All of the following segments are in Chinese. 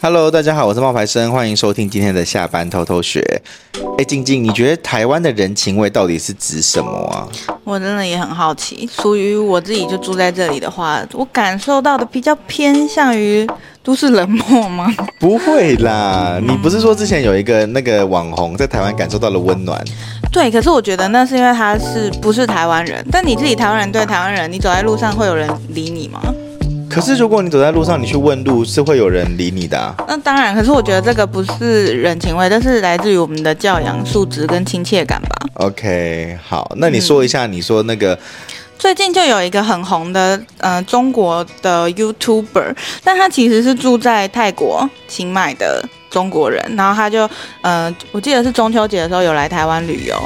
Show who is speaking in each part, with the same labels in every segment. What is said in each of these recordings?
Speaker 1: Hello，大家好，我是冒牌生，欢迎收听今天的下班偷偷学。哎，静静，你觉得台湾的人情味到底是指什么啊？
Speaker 2: 我真的也很好奇，属于我自己就住在这里的话，我感受到的比较偏向于都市冷漠吗？
Speaker 1: 不会啦，你不是说之前有一个那个网红在台湾感受到了温暖？
Speaker 2: 对，可是我觉得那是因为他是不是台湾人？但你自己台湾人对台湾人，你走在路上会有人理你吗？
Speaker 1: 可是如果你走在路上，你去问路，是会有人理你的、啊。
Speaker 2: 那当然，可是我觉得这个不是人情味，这是来自于我们的教养素质跟亲切感吧。
Speaker 1: OK，好，那你说一下，
Speaker 2: 嗯
Speaker 1: 你说那个
Speaker 2: 最近就有一个很红的呃中国的 YouTuber，但他其实是住在泰国清迈的中国人，然后他就呃我记得是中秋节的时候有来台湾旅游，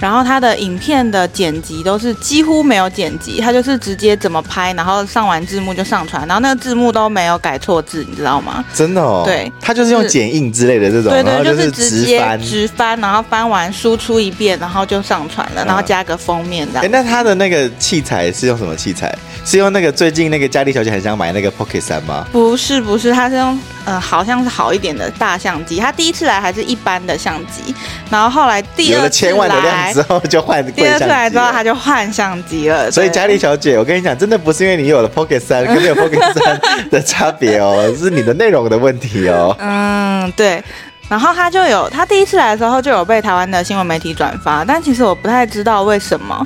Speaker 2: 然后他的影片的剪辑都是几乎没有剪辑，他就是直接怎么拍，然后上完字幕就上传，然后那个字幕都没有改错字，你知道吗？
Speaker 1: 真的哦，
Speaker 2: 对
Speaker 1: 他就是用剪映之类的这种，
Speaker 2: 对
Speaker 1: 然后
Speaker 2: 对，就是
Speaker 1: 是
Speaker 2: 直
Speaker 1: 直
Speaker 2: 接
Speaker 1: 翻。
Speaker 2: 直翻，然后翻完输出一遍，然后就上传了，然
Speaker 1: 嗯
Speaker 2: 后加个封面这样
Speaker 1: 哎，。那他的那个器材是用什么器材？是用那个最近那个佳丽小姐很想买那个 Pocket 三吗？
Speaker 2: 不是不是，他是用呃好像是好一点的大相机，他第一次来还是一般的相机，然后后来第
Speaker 1: 有
Speaker 2: 二
Speaker 1: 了
Speaker 2: 次
Speaker 1: 千万的量
Speaker 2: 来，
Speaker 1: 之后就换贵
Speaker 2: 第二
Speaker 1: 相
Speaker 2: 次
Speaker 1: 机
Speaker 2: 来之后他
Speaker 1: 了。
Speaker 2: 就换相机了，
Speaker 1: 啊所以
Speaker 2: 对
Speaker 1: 佳丽小姐，我跟你讲，真的不是因为你有了 Pocket 三跟没有 Pocket 三的差别哦，是你的内容的问题 哦。
Speaker 2: 嗯对。然后他就有，他第一次来的时候就有被台湾的新闻媒体转发，但其实我不太知道为什么，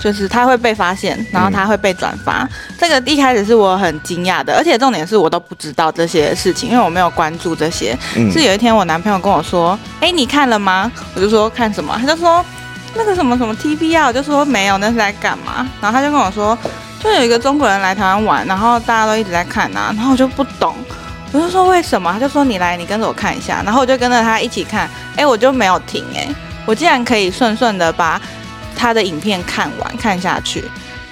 Speaker 2: 就是他会被发现，然后他会被转发。这个一开始是我很惊讶的，而且重点是我都不知道这些事情，因为我没有关注这些。
Speaker 1: 嗯，
Speaker 2: 是有一天我男朋友跟我说：“哎、你看了吗？”我就说：“看什么？”他就说：“那个什么什么 T V 啊。”我就说：“没有，那是在干嘛？”然后他就跟我说：“就有一个中国人来台湾玩，然后大家都一直在看啊。”然后我就不懂，我就说：“为什么？”他就说：“你来，你跟着我看一下。”然后我就跟着他一起看，哎、我就没有停、哎，我竟然可以顺顺的把他的影片看完看下去。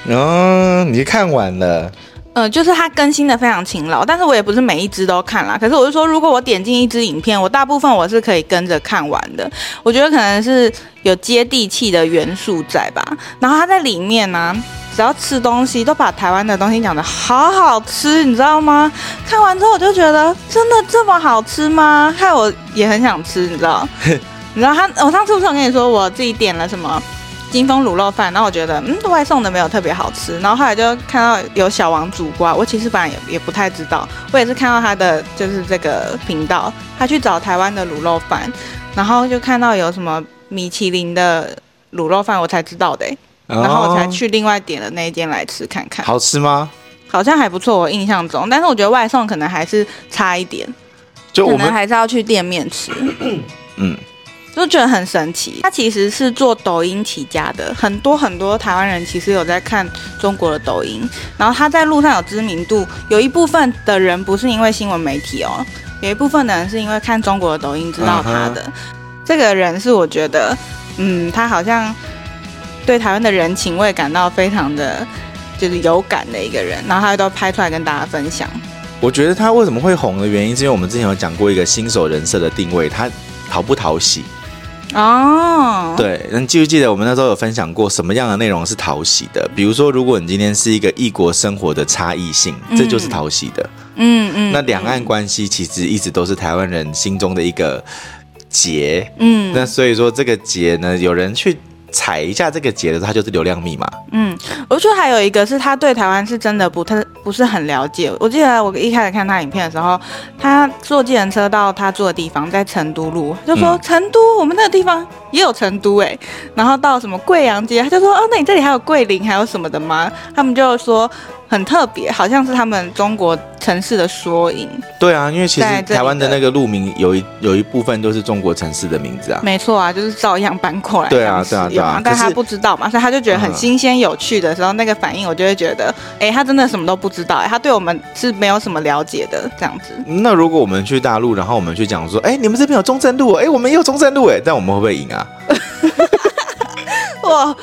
Speaker 1: 嗯、你看完了，
Speaker 2: 呃，就是它更新的非常勤劳，但是我也不是每一支都看啦。可是我是说，如果我点进一支影片，我大部分我是可以跟着看完的。我觉得可能是有接地气的元素在吧。然后它在里面呢、只要吃东西都把台湾的东西讲的好好吃，你知道吗？看完之后我就觉得真的这么好吃吗？害我也很想吃，你知道？你知道他，我上次不是有跟你说我自己点了什么？金峰卤肉饭，然后我觉得嗯外送的没有特别好吃，然后后来就看到有小王煮瓜，我其实本来也也不太知道，我也是看到他的就是这个频道，他去找台湾的卤肉饭，然后就看到有什么米其林的卤肉饭，我才知道的、欸然后我才去另外点了那一间来吃看
Speaker 1: 哦。
Speaker 2: 看，
Speaker 1: 好吃吗？
Speaker 2: 好像还不错，我印象中，但是我觉得外送可能还是差一点，
Speaker 1: 就
Speaker 2: 可
Speaker 1: 我
Speaker 2: 能
Speaker 1: 们
Speaker 2: 还是要去店面吃。
Speaker 1: 嗯，
Speaker 2: 就觉得很神奇。他其实是做抖音起家的，很多很多台湾人其实有在看中国的抖音，然后他在路上有知名度，有一部分的人不是因为新闻媒体哦，有一部分的人是因为看中国的抖音知道他的。
Speaker 1: 啊
Speaker 2: 这个人是我觉得，嗯，他好像对台湾的人情味感到非常的。就是有感的一个人，然后他都拍出来跟大家分享。
Speaker 1: 我觉得他为什么会红的原因，是因为我们之前有讲过一个新手人设的定位，他讨不讨喜？
Speaker 2: 哦，
Speaker 1: 对，那你记不记得我们那时候有分享过什么样的内容是讨喜的？比如说，如果你今天是一个异国生活的差异性，这就是讨喜的。
Speaker 2: 嗯嗯，
Speaker 1: 那两岸关系其实一直都是台湾人心中的一个结。
Speaker 2: 嗯，
Speaker 1: 那所以说这个结呢，有人去踩一下这个结的时候，它就是流量密码。
Speaker 2: 嗯，我觉得还有一个是他对台湾是真的不太不是很了解。我记得我一开始看他影片的时候，他坐计程车到他住的地方，在成都路，他就说、
Speaker 1: 嗯
Speaker 2: 成都我们那个地方也有成都哎、然后到什么贵阳街，他就说哦，那你这里还有桂林还有什么的吗？他们就说很特别，好像是他们中国城市的缩影。
Speaker 1: 对啊，因为其实
Speaker 2: 在这里的
Speaker 1: 台湾的那个路名有一有一部分都是中国城市的名字啊。
Speaker 2: 没错啊，就是照样搬过来
Speaker 1: 对啊
Speaker 2: 这样使
Speaker 1: 对啊对
Speaker 2: 用
Speaker 1: 啊
Speaker 2: 但
Speaker 1: 可是
Speaker 2: 他不知道嘛，所以他就觉得很
Speaker 1: 嗯
Speaker 2: 新鲜有趣的时候，那个反应我就会觉得，哎、他真的什么都不知道、诶他对我们是没有什么了解的这样子。
Speaker 1: 那如果我们去大陆，然后我们去讲说，哎、你们这边有中正路哦，哎、我们也有中正路，哎，但我们会不会赢啊？
Speaker 2: 哇，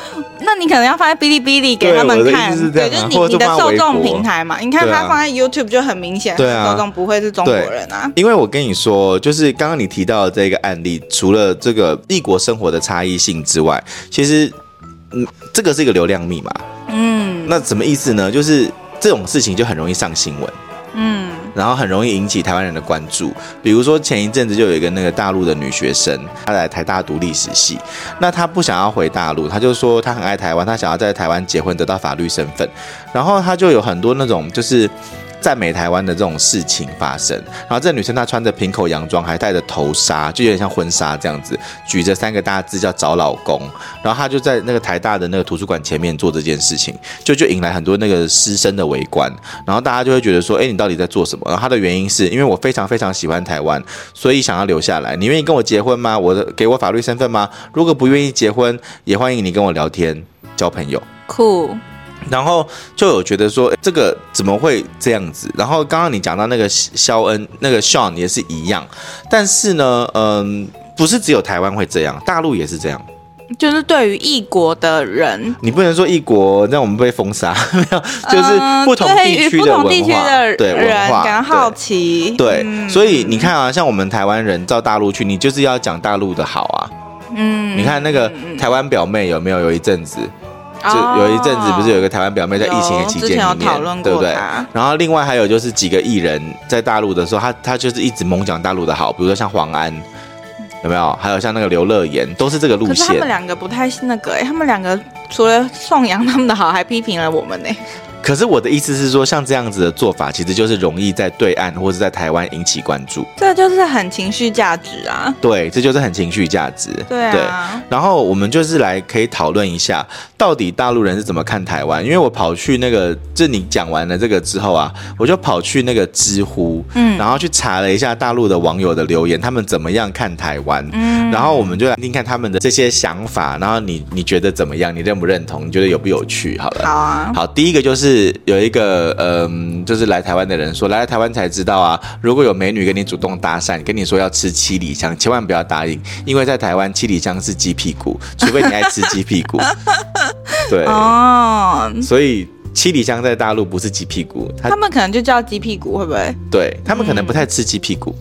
Speaker 2: 那你可能要放在哔哩哔哩给他
Speaker 1: 对我
Speaker 2: 们
Speaker 1: 的
Speaker 2: 看
Speaker 1: 意思是，这样啊
Speaker 2: 对，就是
Speaker 1: 或
Speaker 2: 你
Speaker 1: 者就
Speaker 2: 你的
Speaker 1: 放在
Speaker 2: 受
Speaker 1: 微
Speaker 2: 众
Speaker 1: 博
Speaker 2: 平台嘛。你看
Speaker 1: 对啊
Speaker 2: 他放在 YouTube 就很明显，
Speaker 1: 对啊
Speaker 2: 受众不会是中国人啊。
Speaker 1: 因为我跟你说，就是刚刚你提到的这个案例，除了这个异国生活的差异性之外，其实，嗯，这个是一个流量密码。
Speaker 2: 嗯
Speaker 1: 那什么意思呢？就是这种事情就很容易上新闻。
Speaker 2: 嗯，
Speaker 1: 然后很容易引起台湾人的关注。比如说前一阵子就有一个那个大陆的女学生，她来台大读历史系，那她不想要回大陆，她就说她很爱台湾，她想要在台湾结婚得到法律身份，然后她就有很多那种就是。赞美台湾的这种事情发生，然后这女生她穿着平口洋装，还戴着头纱，就有点像婚纱这样子，举着三个大字叫“找老公”，然后她就在那个台大的那个图书馆前面做这件事情，就就引来很多那个师生的围观，然后大家就会觉得说，哎，你到底在做什么？然后她的原因是因为我非常非常喜欢台湾，所以想要留下来。你愿意跟我结婚吗？我的给我法律身份吗？如果不愿意结婚，也欢迎你跟我聊天交朋友。
Speaker 2: 酷，
Speaker 1: 然后就有觉得说，哎诶这个怎么会这样子？然后刚刚你讲到那个肖恩，那个 Sean 也是一样，但是呢，嗯、不是只有台湾会这样，大陆也是这样。
Speaker 2: 就是对于异国的人，
Speaker 1: 你不能说异国让我们被封杀， 没有，就是
Speaker 2: 嗯
Speaker 1: 不同
Speaker 2: 对
Speaker 1: 地
Speaker 2: 于
Speaker 1: 区
Speaker 2: 不
Speaker 1: 的文
Speaker 2: 同
Speaker 1: 化，
Speaker 2: 地区的
Speaker 1: 对文
Speaker 2: 人
Speaker 1: 化
Speaker 2: 感到
Speaker 1: 对
Speaker 2: 好奇，
Speaker 1: 对，
Speaker 2: 嗯
Speaker 1: 所以你看啊，像我们台湾人到大陆去，你就是要讲大陆的好啊。
Speaker 2: 嗯
Speaker 1: 你看那个
Speaker 2: 嗯嗯
Speaker 1: 台湾表妹有没有？有一阵子，就
Speaker 2: 哦
Speaker 1: 有一阵子不是有一个台湾表妹在疫情的
Speaker 2: 有
Speaker 1: 期
Speaker 2: 之
Speaker 1: 间
Speaker 2: 前有
Speaker 1: 里
Speaker 2: 讨论
Speaker 1: 面，对不
Speaker 2: 过
Speaker 1: 对？
Speaker 2: 他，
Speaker 1: 然后另外还有就是几个艺人在大陆的时候，他他就是一直猛讲大陆的好，比如说像黄安，有没有？还有像那个刘乐言，都是这个路
Speaker 2: 可是他
Speaker 1: 线
Speaker 2: 们。两个不太那个、欸，他们两个除了颂扬他们的好，还批评了我们欸呢、
Speaker 1: 可是我的意思是说，像这样子的做法，其实就是容易在对岸或者在台湾引起关注。
Speaker 2: 这就是很情绪价值啊。
Speaker 1: 对，这就是很情绪价值。
Speaker 2: 对啊，
Speaker 1: 然后我们就是来可以讨论一下，到底大陆人是怎么看台湾？因为我跑去那个，就你讲完了这个之后啊，我就跑去那个知乎，嗯，然后去查了一下大陆的网友的留言，他们怎么样看台湾？嗯，然后我们就来听听看他们的这些想法，然后你你觉得怎么样？你认不认同？你觉得有不有趣？好了，
Speaker 2: 好啊，
Speaker 1: 好，第一个就是有一个嗯、就是来台湾的人说，来台湾才知道啊，如果有美女跟你主动搭讪，跟你说要吃七里香，千万不要答应，因为在台湾七里香是鸡屁股，除非你爱吃鸡屁股。对，
Speaker 2: 哦，
Speaker 1: 所以七里香在大陆不是鸡屁股，它
Speaker 2: 他们可能就叫鸡屁股，会不会？
Speaker 1: 对他们可能不太吃鸡屁股。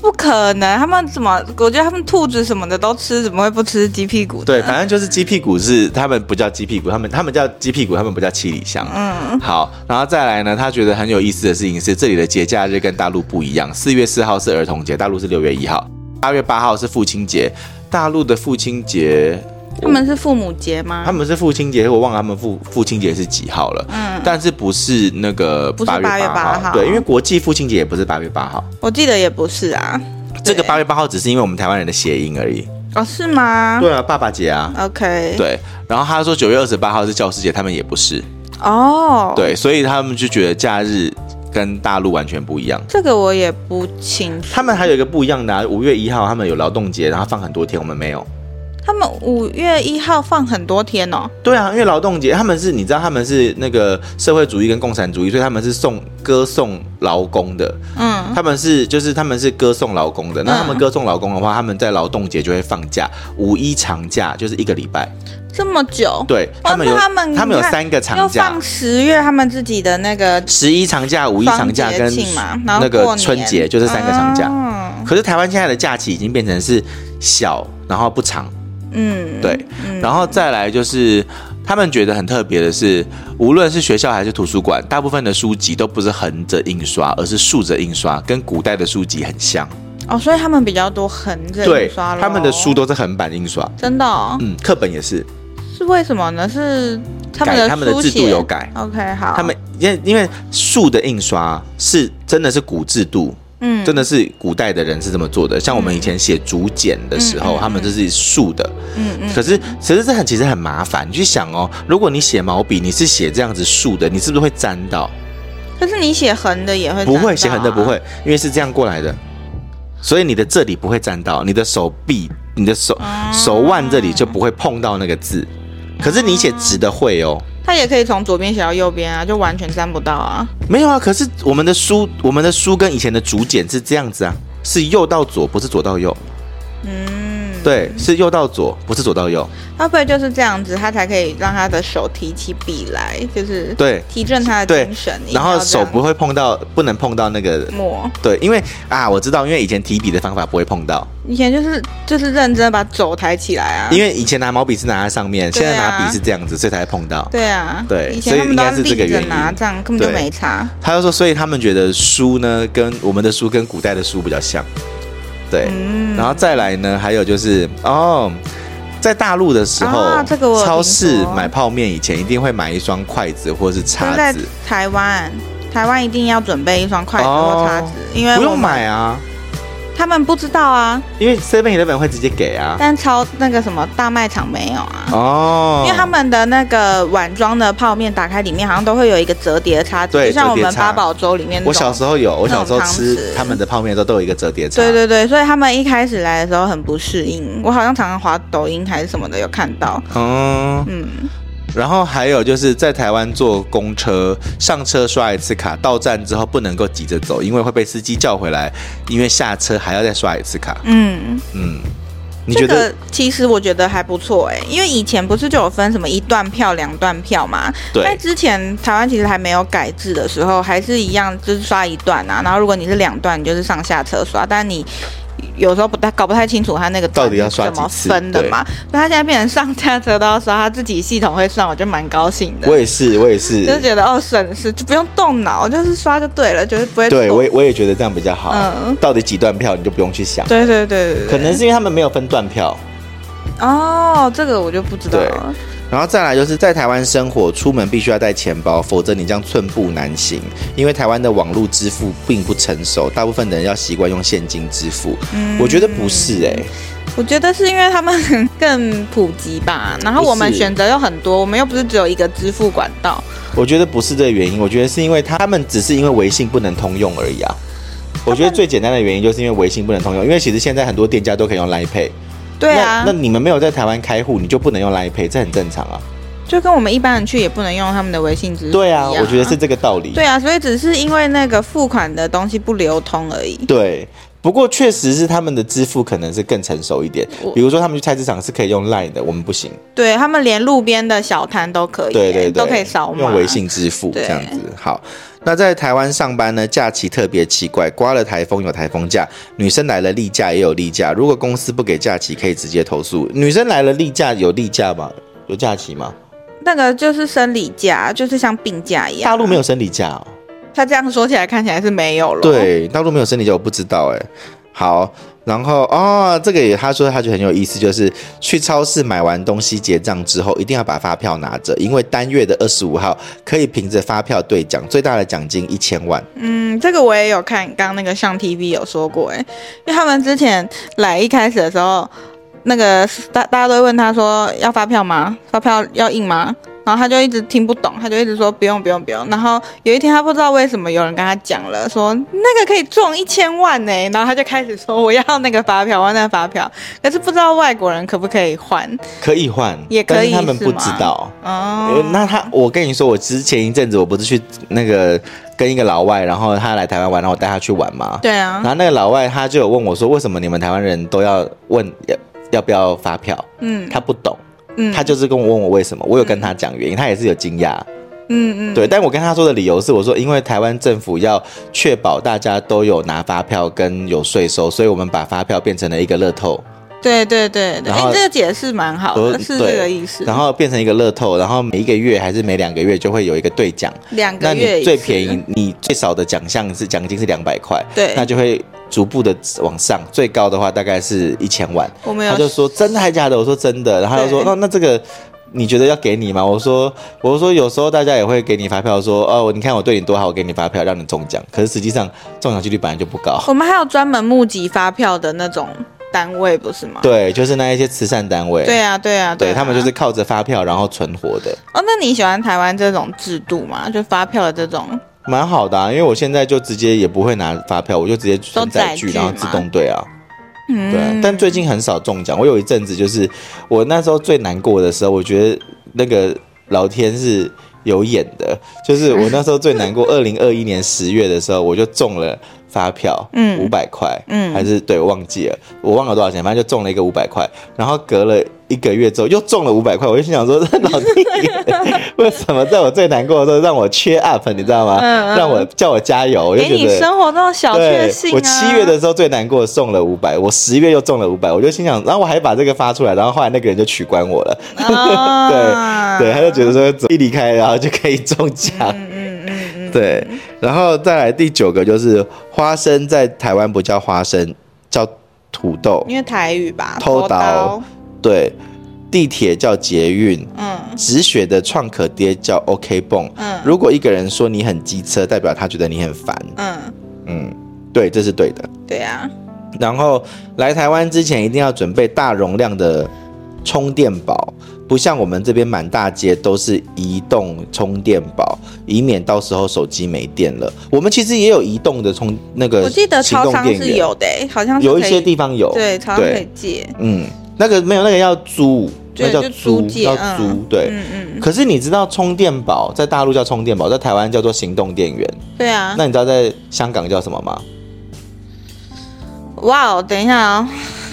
Speaker 2: 不可能，他们怎么？我觉得他们兔子什么的都吃，怎么会不吃鸡屁股？
Speaker 1: 对，，反正就是鸡屁股是他们不叫鸡屁股，他们他们叫鸡屁股，他们不叫七里香。嗯，好，然后再来呢，他觉得很有意思的事情是，这里的节假日跟大陆不一样，四月四号是儿童节，大陆是六月一号，八月八号是父亲节，大陆的父亲节。
Speaker 2: 他们是父母节吗？
Speaker 1: 他们是父亲节，我忘了他们父父亲节是几号了。嗯，但是不是那个
Speaker 2: 不是
Speaker 1: 八月
Speaker 2: 8月
Speaker 1: 八
Speaker 2: 8号
Speaker 1: 对，因为国际父亲节也不是八月八号，
Speaker 2: 我记得也不是啊。
Speaker 1: 这个
Speaker 2: 对
Speaker 1: 八月八号只是因为我们台湾人的谐音而已。
Speaker 2: 哦，是吗？
Speaker 1: 对啊，爸爸节啊。
Speaker 2: ，OK，，
Speaker 1: 对，然后他说九月二十八号是教师节，他们也不是。
Speaker 2: 哦，，
Speaker 1: 对，所以他们就觉得假日跟大陆完全不一样。
Speaker 2: 这个我也不清楚。
Speaker 1: 他们还有一个不一样的、啊，五月一号他们有劳动节，然后放很多天，我们没有。
Speaker 2: 他们五月一号放很多天哦，
Speaker 1: 对啊，因为劳动节他们是，你知道他们是那个社会主义跟共产主义，所以他们是颂歌颂劳工的，
Speaker 2: 嗯，
Speaker 1: 他们是就是他们是歌颂劳工的。那他们
Speaker 2: 嗯
Speaker 1: 歌颂劳工的话，他们在劳动节就会放假，五一长假就是一个礼拜。
Speaker 2: 这么久，
Speaker 1: 对哦
Speaker 2: 哇
Speaker 1: 他们有
Speaker 2: 那他们
Speaker 1: 他们有
Speaker 2: 你看
Speaker 1: 三个
Speaker 2: 又
Speaker 1: 长假
Speaker 2: 放，十月他们自己的那个
Speaker 1: 十一长假、五一长假
Speaker 2: 双
Speaker 1: 跟
Speaker 2: 节庆嘛，然后
Speaker 1: 那
Speaker 2: 过
Speaker 1: 个
Speaker 2: 年
Speaker 1: 春节，就是三个长假。
Speaker 2: 哦
Speaker 1: 可是台湾现在的假期已经变成是小，然后不长，
Speaker 2: 嗯，
Speaker 1: 对，然后再来就是他们觉得很特别的是，无论是学校还是图书馆，大部分的书籍都不是横着印刷，而是竖着印刷，跟古代的书籍很像。
Speaker 2: 哦，所以他们比较多横着
Speaker 1: 对
Speaker 2: 印刷，咯
Speaker 1: 他们的书都是横版印刷，
Speaker 2: 真的、哦、
Speaker 1: 嗯，课本也是，
Speaker 2: 是为什么呢？是他们
Speaker 1: 改
Speaker 2: 的
Speaker 1: 他们的
Speaker 2: 书
Speaker 1: 制度
Speaker 2: 写
Speaker 1: 有改。
Speaker 2: OK 好，
Speaker 1: 他们因为因为竖的印刷是真的是古制度，
Speaker 2: 嗯
Speaker 1: 真的是古代的人是这么做的。像我们以前写竹简的时候，他们就是竖的，
Speaker 2: 嗯嗯
Speaker 1: 可是其实这很其实很麻烦。你去想哦，如果你写毛笔，你是写这样子竖的，你是不是会沾到？
Speaker 2: 可是你写横的也会
Speaker 1: 不
Speaker 2: 沾到
Speaker 1: 会，
Speaker 2: 啊
Speaker 1: 写横的不，会，因为是这样过来的，所以你的这里不会沾到，你的手臂、你的手、
Speaker 2: 啊
Speaker 1: 手腕这里就不会碰到那个字。可是你写直的会哦，
Speaker 2: 他也可以从左边写到右边啊，就完全沾不到啊。
Speaker 1: 没有啊。可是我们的书，我们的书跟以前的竹简是这样子啊，是右到左，不是左到右。
Speaker 2: 嗯，
Speaker 1: 对，是右到左，不是左到右。
Speaker 2: 他不会就是这样子，他才可以让他的手提起笔来，就是
Speaker 1: 对
Speaker 2: 提振他的
Speaker 1: 对
Speaker 2: 精神，一定
Speaker 1: 然后
Speaker 2: 要这
Speaker 1: 手
Speaker 2: 样
Speaker 1: 不会碰到，不能碰到那个
Speaker 2: 摸。
Speaker 1: 对，因为啊，我知道，因为以前提笔的方法不会碰到，
Speaker 2: 以前就是就是认真把肘抬起来啊，
Speaker 1: 因为以前拿毛笔是拿在上面，
Speaker 2: 对
Speaker 1: 现
Speaker 2: 啊
Speaker 1: 在拿笔是这样子，所以才会碰到。
Speaker 2: 对啊，
Speaker 1: 对
Speaker 2: 以
Speaker 1: 所
Speaker 2: 前
Speaker 1: 以
Speaker 2: 他们都
Speaker 1: 应
Speaker 2: 要
Speaker 1: 该是
Speaker 2: 立
Speaker 1: 这个
Speaker 2: 着
Speaker 1: 原因
Speaker 2: 拿，这样根本就
Speaker 1: 对
Speaker 2: 没差。
Speaker 1: 他就说，所以他们觉得书呢，跟我们的书跟古代的书比较像，对。
Speaker 2: 嗯，
Speaker 1: 然后再来呢，还有就是哦，在大陆的时候，
Speaker 2: 啊这个我有听
Speaker 1: 超市
Speaker 2: 说
Speaker 1: 买泡面以前一定会买一双筷子或是
Speaker 2: 可是
Speaker 1: 叉
Speaker 2: 在
Speaker 1: 子，
Speaker 2: 台湾，台湾一定要准备一双筷子或叉子，因为
Speaker 1: 哦不
Speaker 2: 我
Speaker 1: 用
Speaker 2: 们
Speaker 1: 买啊，
Speaker 2: 他们不知道啊，
Speaker 1: 因为 Seven Eleven 会直接给啊。
Speaker 2: 但超那个什么大卖场没有啊。
Speaker 1: 哦，
Speaker 2: 因为他们的那个碗装的泡面打开，里面好像都会有一个折叠叉子，
Speaker 1: 对
Speaker 2: 就像我
Speaker 1: 折
Speaker 2: 们
Speaker 1: 叠叉
Speaker 2: 八宝粥里面那
Speaker 1: 我
Speaker 2: 种
Speaker 1: 小时候有，我小时候
Speaker 2: 那种
Speaker 1: 吃
Speaker 2: 汤匙
Speaker 1: 他们的泡面的时候都有一个折叠叉，
Speaker 2: 对对对，所以他们一开始来的时候很不适应。我好像常常滑抖音还是什么的有看到，
Speaker 1: 嗯，
Speaker 2: 嗯，
Speaker 1: 然后还有就是在台湾坐公车，上车刷一次卡，到站之后不能够急着走，因为会被司机叫回来，因为下车还要再刷一次卡。
Speaker 2: 嗯，
Speaker 1: 嗯，你
Speaker 2: 这
Speaker 1: 觉
Speaker 2: 个
Speaker 1: 得？
Speaker 2: 其实我觉得还不错哎、因为以前不是就有分什么一段票、两段票嘛？在
Speaker 1: 对，
Speaker 2: 之前台湾其实还没有改制的时候，还是一样就是刷一段啊，然后如果你是两段，你就是上下车刷，但你。有时候不太搞不太清楚他那个
Speaker 1: 到底要
Speaker 2: 段是
Speaker 1: 刷
Speaker 2: 怎么
Speaker 1: 几次
Speaker 2: 分的嘛，所以他现在变成上下车都要刷，他自己系统会算，我就蛮高兴的。
Speaker 1: 我也是，我也
Speaker 2: 就是
Speaker 1: 是，
Speaker 2: 觉得哦，省事就不用动脑，就是刷就对了，就是不会
Speaker 1: 对
Speaker 2: 错
Speaker 1: 我也我也觉得这样比较好。
Speaker 2: 嗯
Speaker 1: 到底几段票你就不用去想，
Speaker 2: 对对对对对，
Speaker 1: 可能是因为他们没有分段票。
Speaker 2: 哦，这个我就不知道了。
Speaker 1: 然后再来就是在台湾生活，出门必须要带钱包，否则你将寸步难行。因为台湾的网络支付并不成熟，大部分人要习惯用现金支付。我觉得不是哎、
Speaker 2: 我觉得是因为他们更普及 吧，然后
Speaker 1: 不是
Speaker 2: 我们选择又很多，我们又不是只有一个支付管道。
Speaker 1: 我觉得不是这个原因，我觉得是因为他们只是因为微信不能通用而已啊。我觉得最简单的原因就是因为微信不能通用，因为其实现在很多店家都可以用 Line Pay。
Speaker 2: 对啊
Speaker 1: 那，那你们没有在台湾开户，你就不能用 Line Pay，这很正常啊。
Speaker 2: 就跟我们一般人去也不能用他们的微信支付一样。
Speaker 1: 对啊，我觉得是。这个道理。
Speaker 2: 对啊，所以只是因为那个付款的东西不流通而已。
Speaker 1: 对，不过确实是他们的支付可能是更成熟一点
Speaker 2: 我，
Speaker 1: 比如说他们去菜市场是可以用 Line 的，我们不行。
Speaker 2: 对他们连路边的小摊都可以，
Speaker 1: 对对对，
Speaker 2: 都可以扫码
Speaker 1: 用微。信支付
Speaker 2: 对
Speaker 1: 这样子。好，那在台湾上班呢，假期特别奇怪，刮了台风有台风假，女生来了例假也有例假。如果公司不给假期，可以直接投诉。女生来了例假有例假吗？有假期吗？
Speaker 2: 那个就是生理假，就是像病假一样。
Speaker 1: 大陆没
Speaker 2: 有，啊
Speaker 1: 有生理假哦。
Speaker 2: 他这样说起来看起来是没有了。，
Speaker 1: 对，大陆没有生理假，我不知道哎、好，然后哦，这个也他说他觉得很有意思，就是去超市买完东西结账之后，一定要把发票拿着，因为单月的二十五号可以凭着发票兑奖，最大的奖金一千万。
Speaker 2: 嗯，这个我也有看，刚刚那个上 TV 有说过、欸，因为他们之前来一开始的时候，那个大大家都会问他说要发票吗？发票要印吗？然后他就一直听不懂，他就一直说不用不用不用。然后有一天他不知道为什么有人跟他讲了，说那个可以中一千万呢、然后他就开始说我要那个发票，我要那个发票。可是不知道外国人可不可以换
Speaker 1: 可以换，
Speaker 2: 也可以
Speaker 1: 但是他们不
Speaker 2: 是吗
Speaker 1: 知道。
Speaker 2: 哦
Speaker 1: 呃。那他，我跟你说，我之前一阵子我不是去那个跟一个老外，然后他来台湾玩，然后我带他去玩嘛。
Speaker 2: 对啊
Speaker 1: 然，后那个老外他就有问我说，为什么你们台湾人都要问要要不要发票？
Speaker 2: 嗯
Speaker 1: 他不懂，
Speaker 2: 嗯
Speaker 1: 他就是跟我问我为什么，我有跟他讲原因，他也是有惊讶。
Speaker 2: 嗯嗯，
Speaker 1: 对，但我跟他说的理由是，我说因为台湾政府要确保大家都有拿发票跟有税收，所以我们把发票变成了一个乐透。
Speaker 2: 对对对对，
Speaker 1: 然
Speaker 2: 哎、
Speaker 1: 后
Speaker 2: 这个解释蛮好
Speaker 1: 我说
Speaker 2: 的，是
Speaker 1: 对
Speaker 2: 这个意思。
Speaker 1: 然后变成一个乐透，然后每一个月还是每两个月就会有一个兑奖。
Speaker 2: 两个
Speaker 1: 那
Speaker 2: 月
Speaker 1: 你
Speaker 2: 一
Speaker 1: 最
Speaker 2: 次
Speaker 1: 便宜，你最少的奖项是奖金是两百块，
Speaker 2: 对
Speaker 1: 那就会逐步的往上，最高的话大概是一千万。
Speaker 2: 我们
Speaker 1: 他就
Speaker 2: 有
Speaker 1: 说真的还假的？我说真的，然后他就说
Speaker 2: 啊
Speaker 1: 哦
Speaker 2: 对
Speaker 1: 那那这个。你觉得要给你吗？我说，我说有时候大家也会给你发票说哦，你看我对你多好，我给你发票让你中奖。可是实际上中奖几率本来就不 高。
Speaker 2: 我们还有专门募集发票的那种单位，不是吗？
Speaker 1: 对，就是那一些慈善单位，
Speaker 2: 对啊，对啊，
Speaker 1: 对
Speaker 2: 啊
Speaker 1: 他们就是靠着发票然后存活的。
Speaker 2: 哦。那你喜欢台湾这种制度吗？就发票的这种，
Speaker 1: 蛮好的、啊，因为我现在就直接也不会拿发票，我就直接存载具，
Speaker 2: 都载具
Speaker 1: 然后自动兑啊。
Speaker 2: 嗯，
Speaker 1: 对啊但最近很少中奖。我有一阵子就是我那时候最难过的时候，我觉得那个老天是有眼的，就是我那时候最难 过，二零二一年十月的时候，我就中了发票，
Speaker 2: 嗯
Speaker 1: 五百块，
Speaker 2: 嗯
Speaker 1: 还是对，我忘记了，我忘了多少钱，反正就中了一个五百块，然后隔了一个月之后又中了五百块，我就心想说，这老天爷 为什么在我最难过的时候让我缺 up，你知道吗？
Speaker 2: 嗯嗯
Speaker 1: 让我叫我加油，我就
Speaker 2: 给
Speaker 1: 觉得
Speaker 2: 你生活中的小确
Speaker 1: 对，
Speaker 2: 幸、啊、
Speaker 1: 我七月的时候最难过，中了五百，我十一月又中了五百，我就心想，然后我还把这个发出来，然后后来那个人就取关我了，
Speaker 2: 啊 嗯
Speaker 1: 对，他就觉得说走一离开，然后就可以中奖。对，然后再来第九个就是花生，在台湾不叫花生，叫土豆。
Speaker 2: 因为台语吧，
Speaker 1: 偷刀，对，地铁叫捷运，
Speaker 2: 嗯
Speaker 1: 止血的创可贴叫 OK 泵。
Speaker 2: 嗯
Speaker 1: 如果一个人说你很机车，代表他觉得你很烦。
Speaker 2: 嗯，
Speaker 1: 嗯，对，这是对的。
Speaker 2: 对啊，
Speaker 1: 然后来台湾之前一定要准备大容量的充电宝，不像我们这边满大街都是移动充电宝，以免到时候手机没电了。我们其实也有移动的充那个，
Speaker 2: 我记得超商是，有的、欸，好像是
Speaker 1: 有一
Speaker 2: 可以
Speaker 1: 些地方有，
Speaker 2: 对超商可以借，
Speaker 1: 嗯，那个没有那个要租，
Speaker 2: 对
Speaker 1: 那叫
Speaker 2: 就
Speaker 1: 租，
Speaker 2: 租借
Speaker 1: 要
Speaker 2: 嗯
Speaker 1: 租，对。
Speaker 2: 嗯嗯，
Speaker 1: 可是你知道充电宝在大陆叫充电宝，在台湾叫做行动电源。
Speaker 2: 对啊，
Speaker 1: 那你知道在香港叫什么吗？
Speaker 2: 哇哦，等一下啊、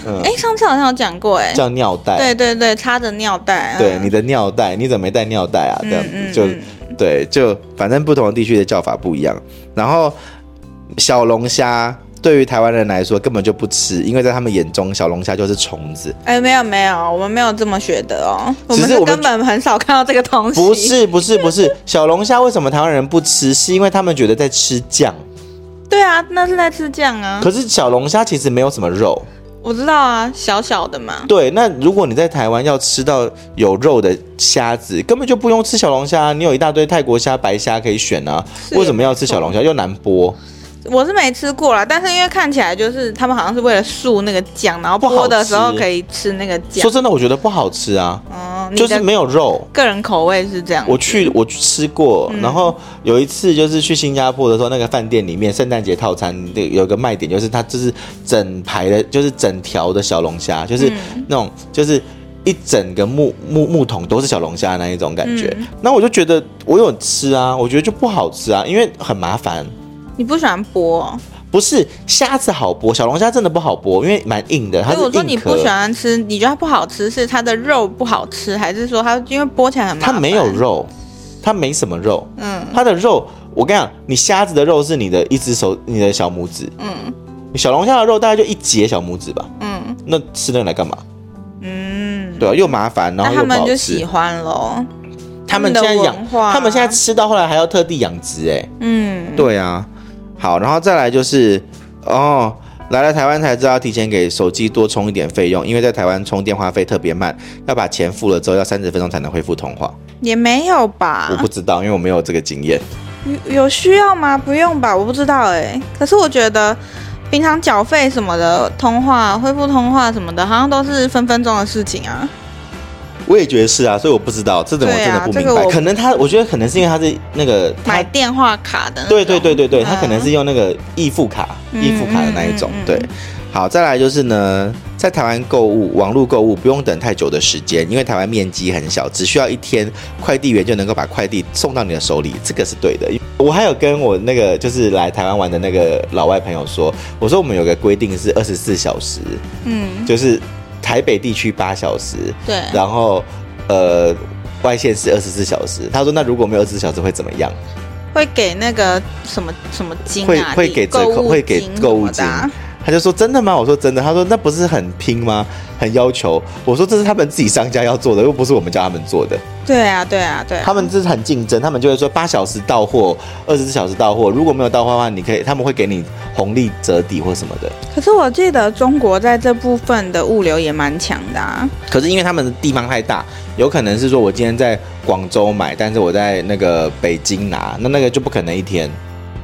Speaker 1: 嗯，
Speaker 2: 哎、上次好像有讲过、欸，
Speaker 1: 叫尿袋。
Speaker 2: 对对对，插着尿袋，
Speaker 1: 对
Speaker 2: 嗯
Speaker 1: 你的尿袋，你怎么没带尿袋啊？这样子、
Speaker 2: 嗯嗯
Speaker 1: 就
Speaker 2: 嗯
Speaker 1: 对，就反正不同的地区的叫法不一样。然后小龙虾对于台湾人来说根本就不吃，因为在他们眼中小龙虾就是虫 子。
Speaker 2: 哎、没有没有，我们没有这么学的哦，我
Speaker 1: 其
Speaker 2: 们
Speaker 1: 实
Speaker 2: 是
Speaker 1: 我们
Speaker 2: 根本很少看到这个东西。
Speaker 1: 不，是不是不是， 小龙虾为什么台湾人不吃？是因为他们觉得在吃酱。
Speaker 2: 对啊，那是在吃酱啊，
Speaker 1: 可是小龙虾其实没有什么肉。
Speaker 2: 我知道啊，小小的嘛，
Speaker 1: 对，那如果你在台湾要吃到有肉的虾子，根本就不用吃小龙虾，啊你有一大堆泰国虾、白虾可以选啊，
Speaker 2: 是
Speaker 1: 为什么要吃小龙虾？又难剥。
Speaker 2: 我是没吃过啦，但是因为看起来就是他们好像是为了塑那个酱，然后
Speaker 1: 不好
Speaker 2: 剥的时候
Speaker 1: 吃
Speaker 2: 可以吃那个酱
Speaker 1: 说。真的，我觉得不好吃啊，
Speaker 2: 哦，你
Speaker 1: 就
Speaker 2: 的
Speaker 1: 是没有肉。
Speaker 2: 个人口味是这样。
Speaker 1: 我去，我去吃过，
Speaker 2: 嗯
Speaker 1: 然后有一次就是去新加坡的时候，那个饭店里面圣诞节套餐那有个卖点，就是它就是整排的，就是整条的小龙虾，就是
Speaker 2: 嗯
Speaker 1: 那种、就是一整个木木木桶都是小龙虾那一种感觉。
Speaker 2: 嗯
Speaker 1: 那我就觉得我有吃啊，我觉得就不好吃啊，因为很麻烦。
Speaker 2: 你不喜欢剥哦、
Speaker 1: 不是虾子好剥，小龙虾真的不好剥，因为蛮硬的，它
Speaker 2: 所
Speaker 1: 是
Speaker 2: 以我说
Speaker 1: 硬
Speaker 2: 你
Speaker 1: 壳
Speaker 2: 不喜欢吃，你觉得它不好吃，是它的肉不好吃，还是说它因为剥起来很麻
Speaker 1: 它
Speaker 2: 烦？
Speaker 1: 没有，肉，它没什么肉。
Speaker 2: 嗯
Speaker 1: 它的肉，我跟你讲，你虾子的肉是你的一只手，你的小拇指；
Speaker 2: 嗯
Speaker 1: 你小龙虾的肉大概就一节小拇指吧。
Speaker 2: 嗯
Speaker 1: 那吃那个来干嘛？
Speaker 2: 嗯，
Speaker 1: 对啊，又麻烦，然
Speaker 2: 那
Speaker 1: 后
Speaker 2: 他
Speaker 1: 又不
Speaker 2: 们
Speaker 1: 好
Speaker 2: 就喜
Speaker 1: 吃。
Speaker 2: 欢喽。
Speaker 1: 他们现
Speaker 2: 他们的
Speaker 1: 在养
Speaker 2: 文，化
Speaker 1: 他们现在吃到后来还要特地养殖、欸，
Speaker 2: 嗯，
Speaker 1: 对啊，好，然后再来就是，哦，来了台湾才知道提前给手机多充一点费用，因为在台湾充电话费特别慢，要把钱付了之后要三十分钟才能恢复通话。
Speaker 2: 也没有吧
Speaker 1: 我？不知道，因为我没有这个经验。
Speaker 2: 有有需要吗？不用吧，我不知道哎、可是我觉得。平常缴费什么的，通话、恢复通话什么的，好像都是分分钟的事情啊。
Speaker 1: 我也觉得是啊，所以我不知道这种我
Speaker 2: 对
Speaker 1: 真的
Speaker 2: 啊
Speaker 1: 不明
Speaker 2: 这
Speaker 1: 白。
Speaker 2: 个我
Speaker 1: 可能他，我觉得可能是因为他是那个他
Speaker 2: 买电话卡的那种，
Speaker 1: 对对对对对，他可能
Speaker 2: 嗯
Speaker 1: 是用那个易付卡、
Speaker 2: 嗯
Speaker 1: 易付卡的那一种
Speaker 2: 嗯嗯。嗯
Speaker 1: 对，好，再来就是呢，在台湾购物、网络购物不用等太久的时间，因为台湾面积很小，只需要一天，快递员就能够把快递送到你的手里，这个是对的。我还有跟我那个就是来台湾玩的那个老外朋友说，我说我们有个规定是二十四小时，
Speaker 2: 嗯，
Speaker 1: 就是台北地区八小时，
Speaker 2: 对，
Speaker 1: 然后呃外线是二十四小时。他说那如果没有二十四小时会怎么样？
Speaker 2: 会给那个什么什么金啊，
Speaker 1: 会会给折
Speaker 2: 购
Speaker 1: 扣，
Speaker 2: 物
Speaker 1: 会给
Speaker 2: 金
Speaker 1: 购物
Speaker 2: 什
Speaker 1: 金
Speaker 2: 么的啊。
Speaker 1: 他就说真的吗？我说真的。他说那不是很拼吗？很要求。我说这是他们自己商家要做的，又不是我们叫他们做的。
Speaker 2: 对啊，对啊，对啊。
Speaker 1: 他们这是很竞争，他们就会说八小时到货，二十四小时到货。如果没有到货的话，你可以他们会给你红利折抵或什么的。
Speaker 2: 可是我记得中国在这部分的物流也蛮强的啊。
Speaker 1: 可是因为他们的地方太大，有可能是说我今天在广州买，但是我在那个北京拿，那那个就不可能一天。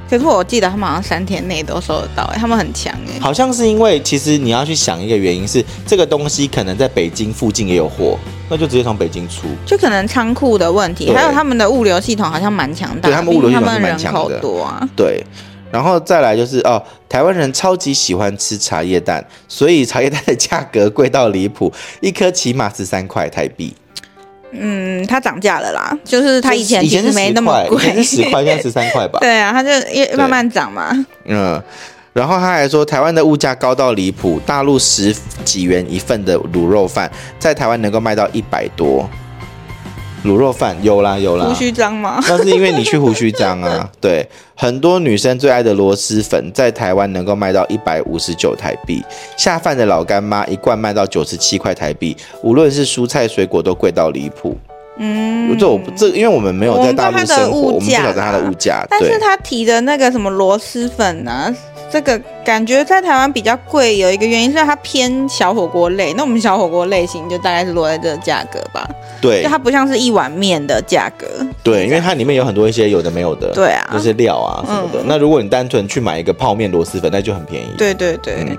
Speaker 2: 可是我记得他们好像三天内都收得到、欸，他们很强哎、
Speaker 1: 好像是因为其实你要去想一个原因是这个东西可能在北京附近也有货，那就直接从北京出。
Speaker 2: 就可能仓库的问题，
Speaker 1: 对
Speaker 2: 还有他们的物流系统好像蛮强大的，
Speaker 1: 对他们物流系统
Speaker 2: 毕竟他
Speaker 1: 是
Speaker 2: 们
Speaker 1: 蛮
Speaker 2: 人
Speaker 1: 强
Speaker 2: 口
Speaker 1: 的
Speaker 2: 多啊。
Speaker 1: 对，然后再来就是哦，台湾人超级喜欢吃茶叶蛋，所以茶叶蛋的价格贵到离谱，一颗起码十三块台币。
Speaker 2: 嗯，它涨价了啦，就是它以前
Speaker 1: 以
Speaker 2: 其
Speaker 1: 前是
Speaker 2: 实没
Speaker 1: 10
Speaker 2: 那么
Speaker 1: 块以
Speaker 2: 贵，
Speaker 1: 前是十块，现在十三块吧。
Speaker 2: 对啊，它就越慢慢涨嘛。
Speaker 1: 嗯，然后他还说，台湾的物价高到离谱，大陆十几元一份的卤肉饭，在台湾能够卖到一百多。卤肉饭有啦有啦，
Speaker 2: 胡须章吗？
Speaker 1: 那是因为你去胡须章 啊，对，很多女生最爱的螺蛳粉在台湾能够卖到一百五十九台币，下饭的老干妈一罐卖到九十七块台币，无论是蔬菜水果都贵到离谱。
Speaker 2: 嗯，
Speaker 1: 这我不这，因为我们没有在大陆生活，我
Speaker 2: 我
Speaker 1: 们
Speaker 2: 们
Speaker 1: 不
Speaker 2: 对它的物价
Speaker 1: 晓
Speaker 2: 啦
Speaker 1: 得它的物价。
Speaker 2: 但
Speaker 1: 对
Speaker 2: 是，他提的那个什么螺蛳粉啊，这个感觉在台湾比较贵，有一个原因是它偏小火锅类。那我们小火锅类型就大概是落在这个价格吧，
Speaker 1: 对
Speaker 2: 就它不像是一碗面的价格。
Speaker 1: 对，因为它里面有很多一些有的没有的，
Speaker 2: 对啊
Speaker 1: 就是料啊什么的。那如果你单纯去买一个泡面螺蛳粉，那就很便宜。
Speaker 2: 对对对，
Speaker 1: 嗯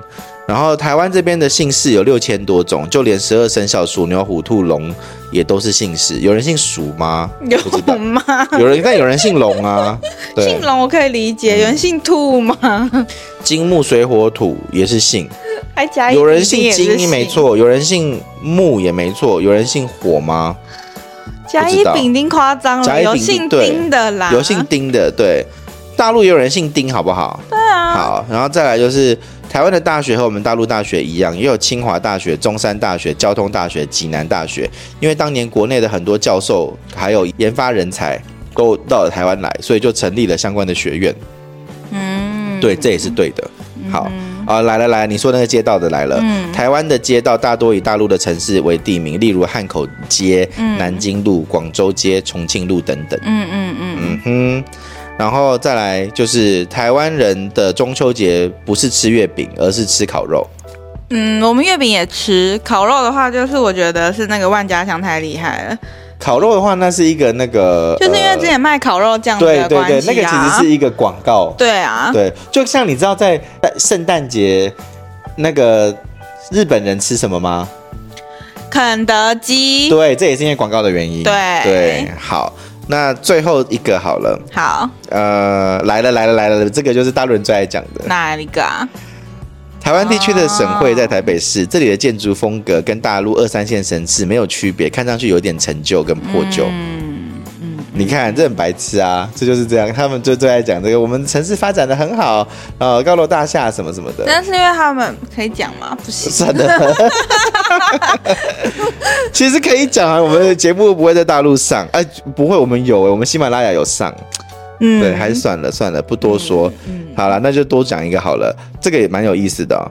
Speaker 1: 然后台湾这边的姓氏有六千多种，就连十二生肖鼠、牛、虎、兔、龙也都是姓氏。有人姓鼠吗？不知道
Speaker 2: 有。吗？
Speaker 1: 有人，但有人姓龙啊。 对，嗯
Speaker 2: 姓龙我可以理解，有人姓兔吗？
Speaker 1: 金木水火土也是姓，
Speaker 2: 还加一
Speaker 1: 有人
Speaker 2: 一
Speaker 1: 姓
Speaker 2: 定也是
Speaker 1: 金没错，有人姓木也没错，有人姓火吗？
Speaker 2: 甲乙丙丁夸张
Speaker 1: 甲
Speaker 2: 了，
Speaker 1: 乙
Speaker 2: 有
Speaker 1: 丙丁
Speaker 2: 姓丁的啦，
Speaker 1: 有姓丁的，对，大陆也有人姓丁，好不好？
Speaker 2: 对啊，
Speaker 1: 好，然后再来就是台湾的大学和我们大陆大学一样，也有清华大学、中山大学、交通大学、暨南大学，因为当年国内的很多教授还有研发人才都到了台湾来，所以就成立了相关的学院。
Speaker 2: 嗯，
Speaker 1: 对，这也是对的。好啊、来来来，你说那个街道的来了。
Speaker 2: 嗯
Speaker 1: 台湾的街道大多以大陆的城市为地名，例如汉口街、
Speaker 2: 嗯
Speaker 1: 南京路、广州街、重庆路等等。
Speaker 2: 嗯嗯嗯
Speaker 1: 嗯哼，然后再来就是台湾人的中秋节不是吃月饼，而是吃烤肉。
Speaker 2: 嗯，我们月饼也吃，烤肉的话就是我觉得是那个万家香太厉害了，
Speaker 1: 烤肉的话，那是一个那个，
Speaker 2: 就是因为
Speaker 1: 呃
Speaker 2: 之前卖烤肉酱
Speaker 1: 对
Speaker 2: 的关系
Speaker 1: 对
Speaker 2: 啊，
Speaker 1: 对，那个其实是一个广告。
Speaker 2: 对啊，
Speaker 1: 对，就像你知道在在圣诞节那个日本人吃什么吗？
Speaker 2: 肯德基，
Speaker 1: 对，这也是因为广告的原因。
Speaker 2: 对
Speaker 1: 对，好，那最后一个好了，
Speaker 2: 好
Speaker 1: 呃，来了来了来了，这个就是大陆人最爱讲的。
Speaker 2: 哪一个啊？
Speaker 1: 台湾地区的省会在台北市，这里的建筑风格跟大陆二三线城市没有区别，看上去有点陈旧跟破旧。
Speaker 2: 嗯嗯，
Speaker 1: 你看，这很白痴啊，这就是这样。他们就最爱讲这个，我们城市发展的很好，呃，高楼大厦什么什么的。
Speaker 2: 但是因为他们可以讲吗？不行，
Speaker 1: 算了，其实可以讲啊，我们的节目不会在大陆上，哎、不会，我们有、我们喜马拉雅有上，
Speaker 2: 嗯，
Speaker 1: 对，还是算了算了，不多说。好了，那就多讲一个好了，这个也蛮有意思的哦、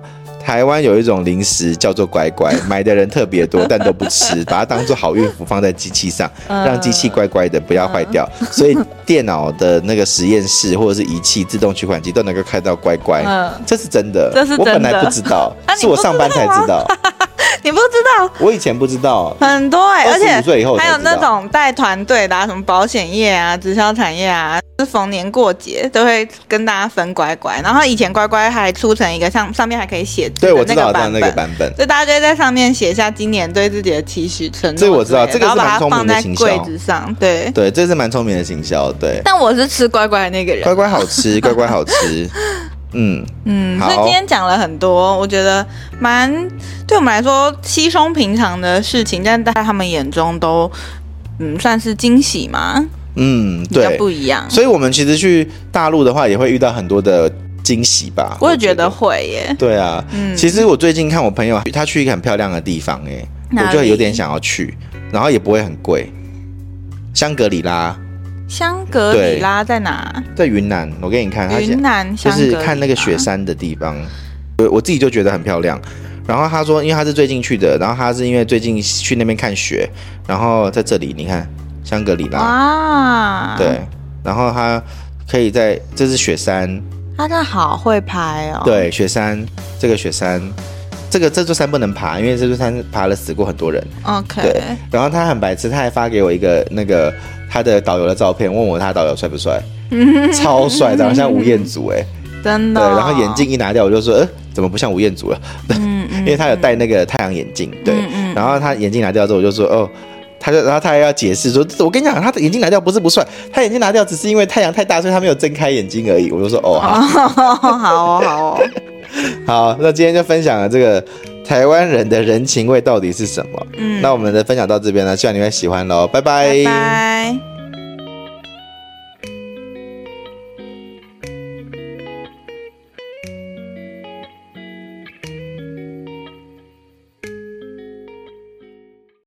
Speaker 1: 台湾有一种零食叫做乖乖，买的人特别多，但都不吃，把它当做好运符放在机器 上，
Speaker 2: 嗯
Speaker 1: 让机器乖乖的不要坏掉。所以电脑的那个实验室或者是仪器自动取款机都能够看到乖乖，
Speaker 2: 嗯
Speaker 1: 这是真的。
Speaker 2: 这是
Speaker 1: 我本
Speaker 2: 真的
Speaker 1: 来不知道，
Speaker 2: 啊你
Speaker 1: 是我
Speaker 2: 不
Speaker 1: 上
Speaker 2: 知
Speaker 1: 班才
Speaker 2: 道吗
Speaker 1: 知 道，
Speaker 2: 你不知道。
Speaker 1: 我以前不知道。
Speaker 2: 很多哎、
Speaker 1: 25
Speaker 2: 而且
Speaker 1: 岁以后才
Speaker 2: 还有
Speaker 1: 知道
Speaker 2: 那种带团队的、啊，什么保险业啊、直销产业啊，就是逢年过节都会跟大家分乖乖。然后以前乖乖还出成一个像上面还可以写字
Speaker 1: 对，我
Speaker 2: 的
Speaker 1: 知
Speaker 2: 那
Speaker 1: 道
Speaker 2: 个
Speaker 1: 这样
Speaker 2: 版
Speaker 1: 那
Speaker 2: 本，
Speaker 1: 个版本。
Speaker 2: 所以大家就会在上面写下今年对自己的期许承诺之
Speaker 1: 这
Speaker 2: 类的，
Speaker 1: 个我知道这个是
Speaker 2: 然后把
Speaker 1: 蛮
Speaker 2: 它
Speaker 1: 聪
Speaker 2: 放
Speaker 1: 明的
Speaker 2: 在
Speaker 1: 行销
Speaker 2: 柜子上，对。
Speaker 1: 对，这是蛮聪明的行销。对，
Speaker 2: 但我是吃乖乖的那个人
Speaker 1: 乖，乖好吃，乖乖好吃。嗯，
Speaker 2: 嗯，所以
Speaker 1: 好
Speaker 2: 今天讲了很多，我觉得蛮对我们来说稀松平常的事情，但在他们眼中都嗯算是惊喜嘛，
Speaker 1: 嗯，
Speaker 2: 比较
Speaker 1: 对，
Speaker 2: 不一样。
Speaker 1: 所以我们其实去大陆的话，也会遇到很多的惊喜吧。
Speaker 2: 我也觉得。会耶，
Speaker 1: 对啊，
Speaker 2: 嗯
Speaker 1: 其实我最近看我朋友，他去一个很漂亮的地方、欸，
Speaker 2: 哪
Speaker 1: 我就有
Speaker 2: 里
Speaker 1: 点想要去，然后也不会很贵。香格里拉
Speaker 2: 香格里拉在哪？
Speaker 1: 在云南，我给你看，他写
Speaker 2: 云南
Speaker 1: 就
Speaker 2: 香格里
Speaker 1: 是
Speaker 2: 拉。
Speaker 1: 看那个雪山的地方，我我自己就觉得很漂亮。然后他说，因为他是最近去的，然后他是因为最近去那边看雪，然后在这里你看香格里拉，
Speaker 2: 哇，
Speaker 1: 啊对，，然后他可以在这是雪山，
Speaker 2: 他真的好会拍哦。，
Speaker 1: 对，雪山这个雪山，这个这座山不能爬，因为这座山爬了死过很多人。对
Speaker 2: OK，，
Speaker 1: 然后他很白痴，他还发给我一个那个他的导游的照片，问我他导游帅不 帅，超帅，长得像吴彦祖哎、
Speaker 2: 真的
Speaker 1: 对，
Speaker 2: 哦。
Speaker 1: 然后眼镜一拿掉，我就说，呃，怎么不像吴彦祖了？啊
Speaker 2: 嗯，嗯
Speaker 1: 因为他有戴那个太阳眼镜，对，
Speaker 2: 嗯嗯
Speaker 1: 然后他眼镜拿掉之后，我就说，哦。他就，然后他还要解释说，我跟你讲，他的眼镜拿掉不是不帅，他眼镜拿掉只是因为太阳太大，所以他没有睁开眼睛而已。我就说，哦，好，
Speaker 2: 好哦，好哦，
Speaker 1: 好，那今天就分享了这个台湾人的人情味到底是什么。
Speaker 2: 嗯
Speaker 1: 那我们的分享到这边呢，希望你会喜欢喽，拜
Speaker 2: 拜拜。